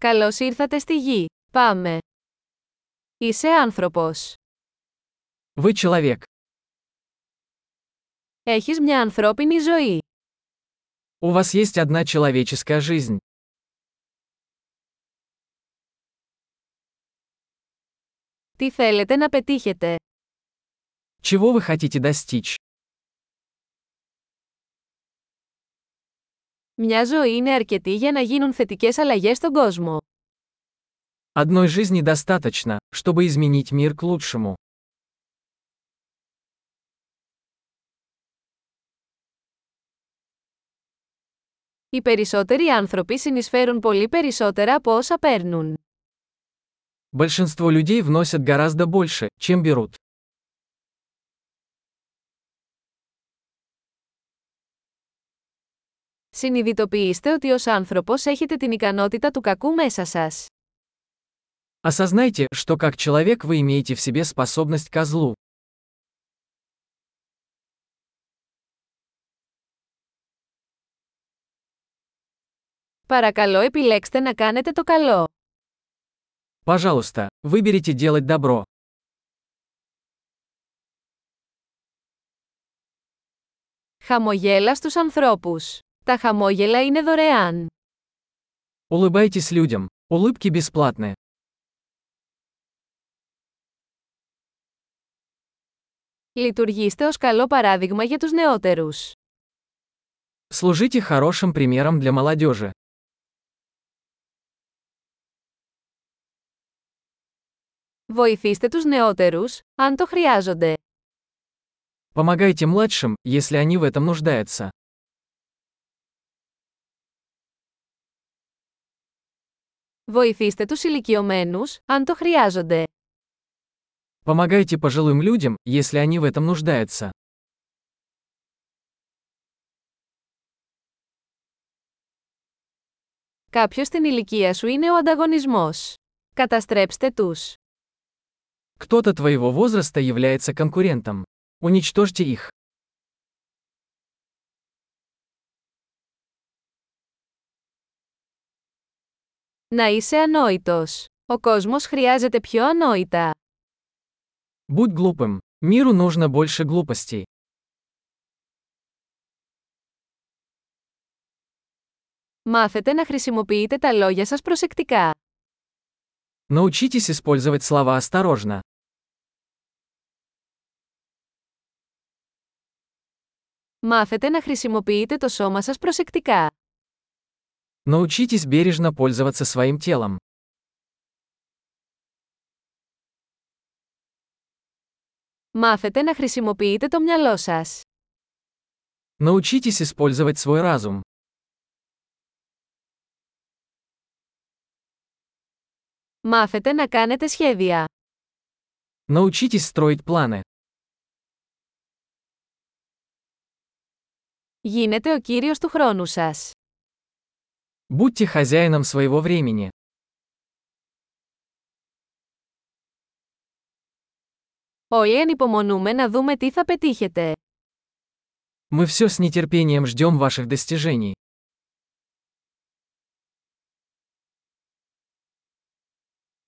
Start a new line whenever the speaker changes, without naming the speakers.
Καλώς ήρθατε στη γη. Πάμε. Είσαι άνθρωπος.
Вы человек.
Έχεις μια ανθρώπινη ζωή.
У вас есть одна человеческая жизнь.
Τι θέλετε να πετύχετε.
Чего вы хотите достичь?
Μια ζωή είναι αρκετή για να γίνουν θετικές αλλαγές στον κόσμο.
Одной жизни достаточно, чтобы изменить мир к лучшему.
Οι περισσότεροι άνθρωποι συνεισφέρουν πολύ περισσότερα από όσα παίρνουν.
Большинство людей вносят гораздо больше, чем берут.
Συνειδητοποιήστε ότι ως άνθρωπος έχετε την ικανότητα του κακού μέσα σας.
Осознайте, что как человек вы имеете в себе способность ко злу.
Παρακαλώ επιλέξτε να κάνετε το καλό.
Пожалуйста, выберите делать добро.
Χαμογέλα στους ανθρώπους. Τα χαμόγελα είναι δωρεάν.
Улыбайтесь людям. Улыбки бесплатны.
Λειτουργήστε ως καλό παράδειγμα για τους νεότερους.
Служите хорошим примером для молодежи.
Βοηθήστε τους νεότερους, αν το χρειάζονται.
Помогайте младшим, если они в этом нуждаются.
Βοηθήστε τους ηλικιωμένους, αν το χρειάζονται.
Помогайте пожилым людям, если они в этом нуждаются.
Κάποιος στην ηλικία σου είναι ο ανταγωνισμός. Καταστρέψτε τους.
Кто-то твоего возраста является конкурентом. Уничтожьте их.
Να είσαι ανόητος. Ο κόσμος χρειάζεται πιο ανόητα.
Будь глупым. Миру нужно больше глупостей.
Μάθετε να χρησιμοποιείτε τα λόγια σας προσεκτικά.
Научитесь использовать слова осторожно.
Μάθετε να χρησιμοποιείτε το σώμα σας προσεκτικά.
Научитесь бережно пользоваться своим телом.
Μάθετε να χρησιμοποιείτε το μυαλό σας.
Научитесь использовать свой разум.
Μάθετε να κάνετε σχέδια.
Научитесь строить планы.
Γίνετε ο κύριος του χρόνου σας.
Будьте хозяином своего времени.
Όλοι ανυπομονούμε να δούμε τι θα πετύχετε.
Мы все с нетерпением ждем ваших достижений.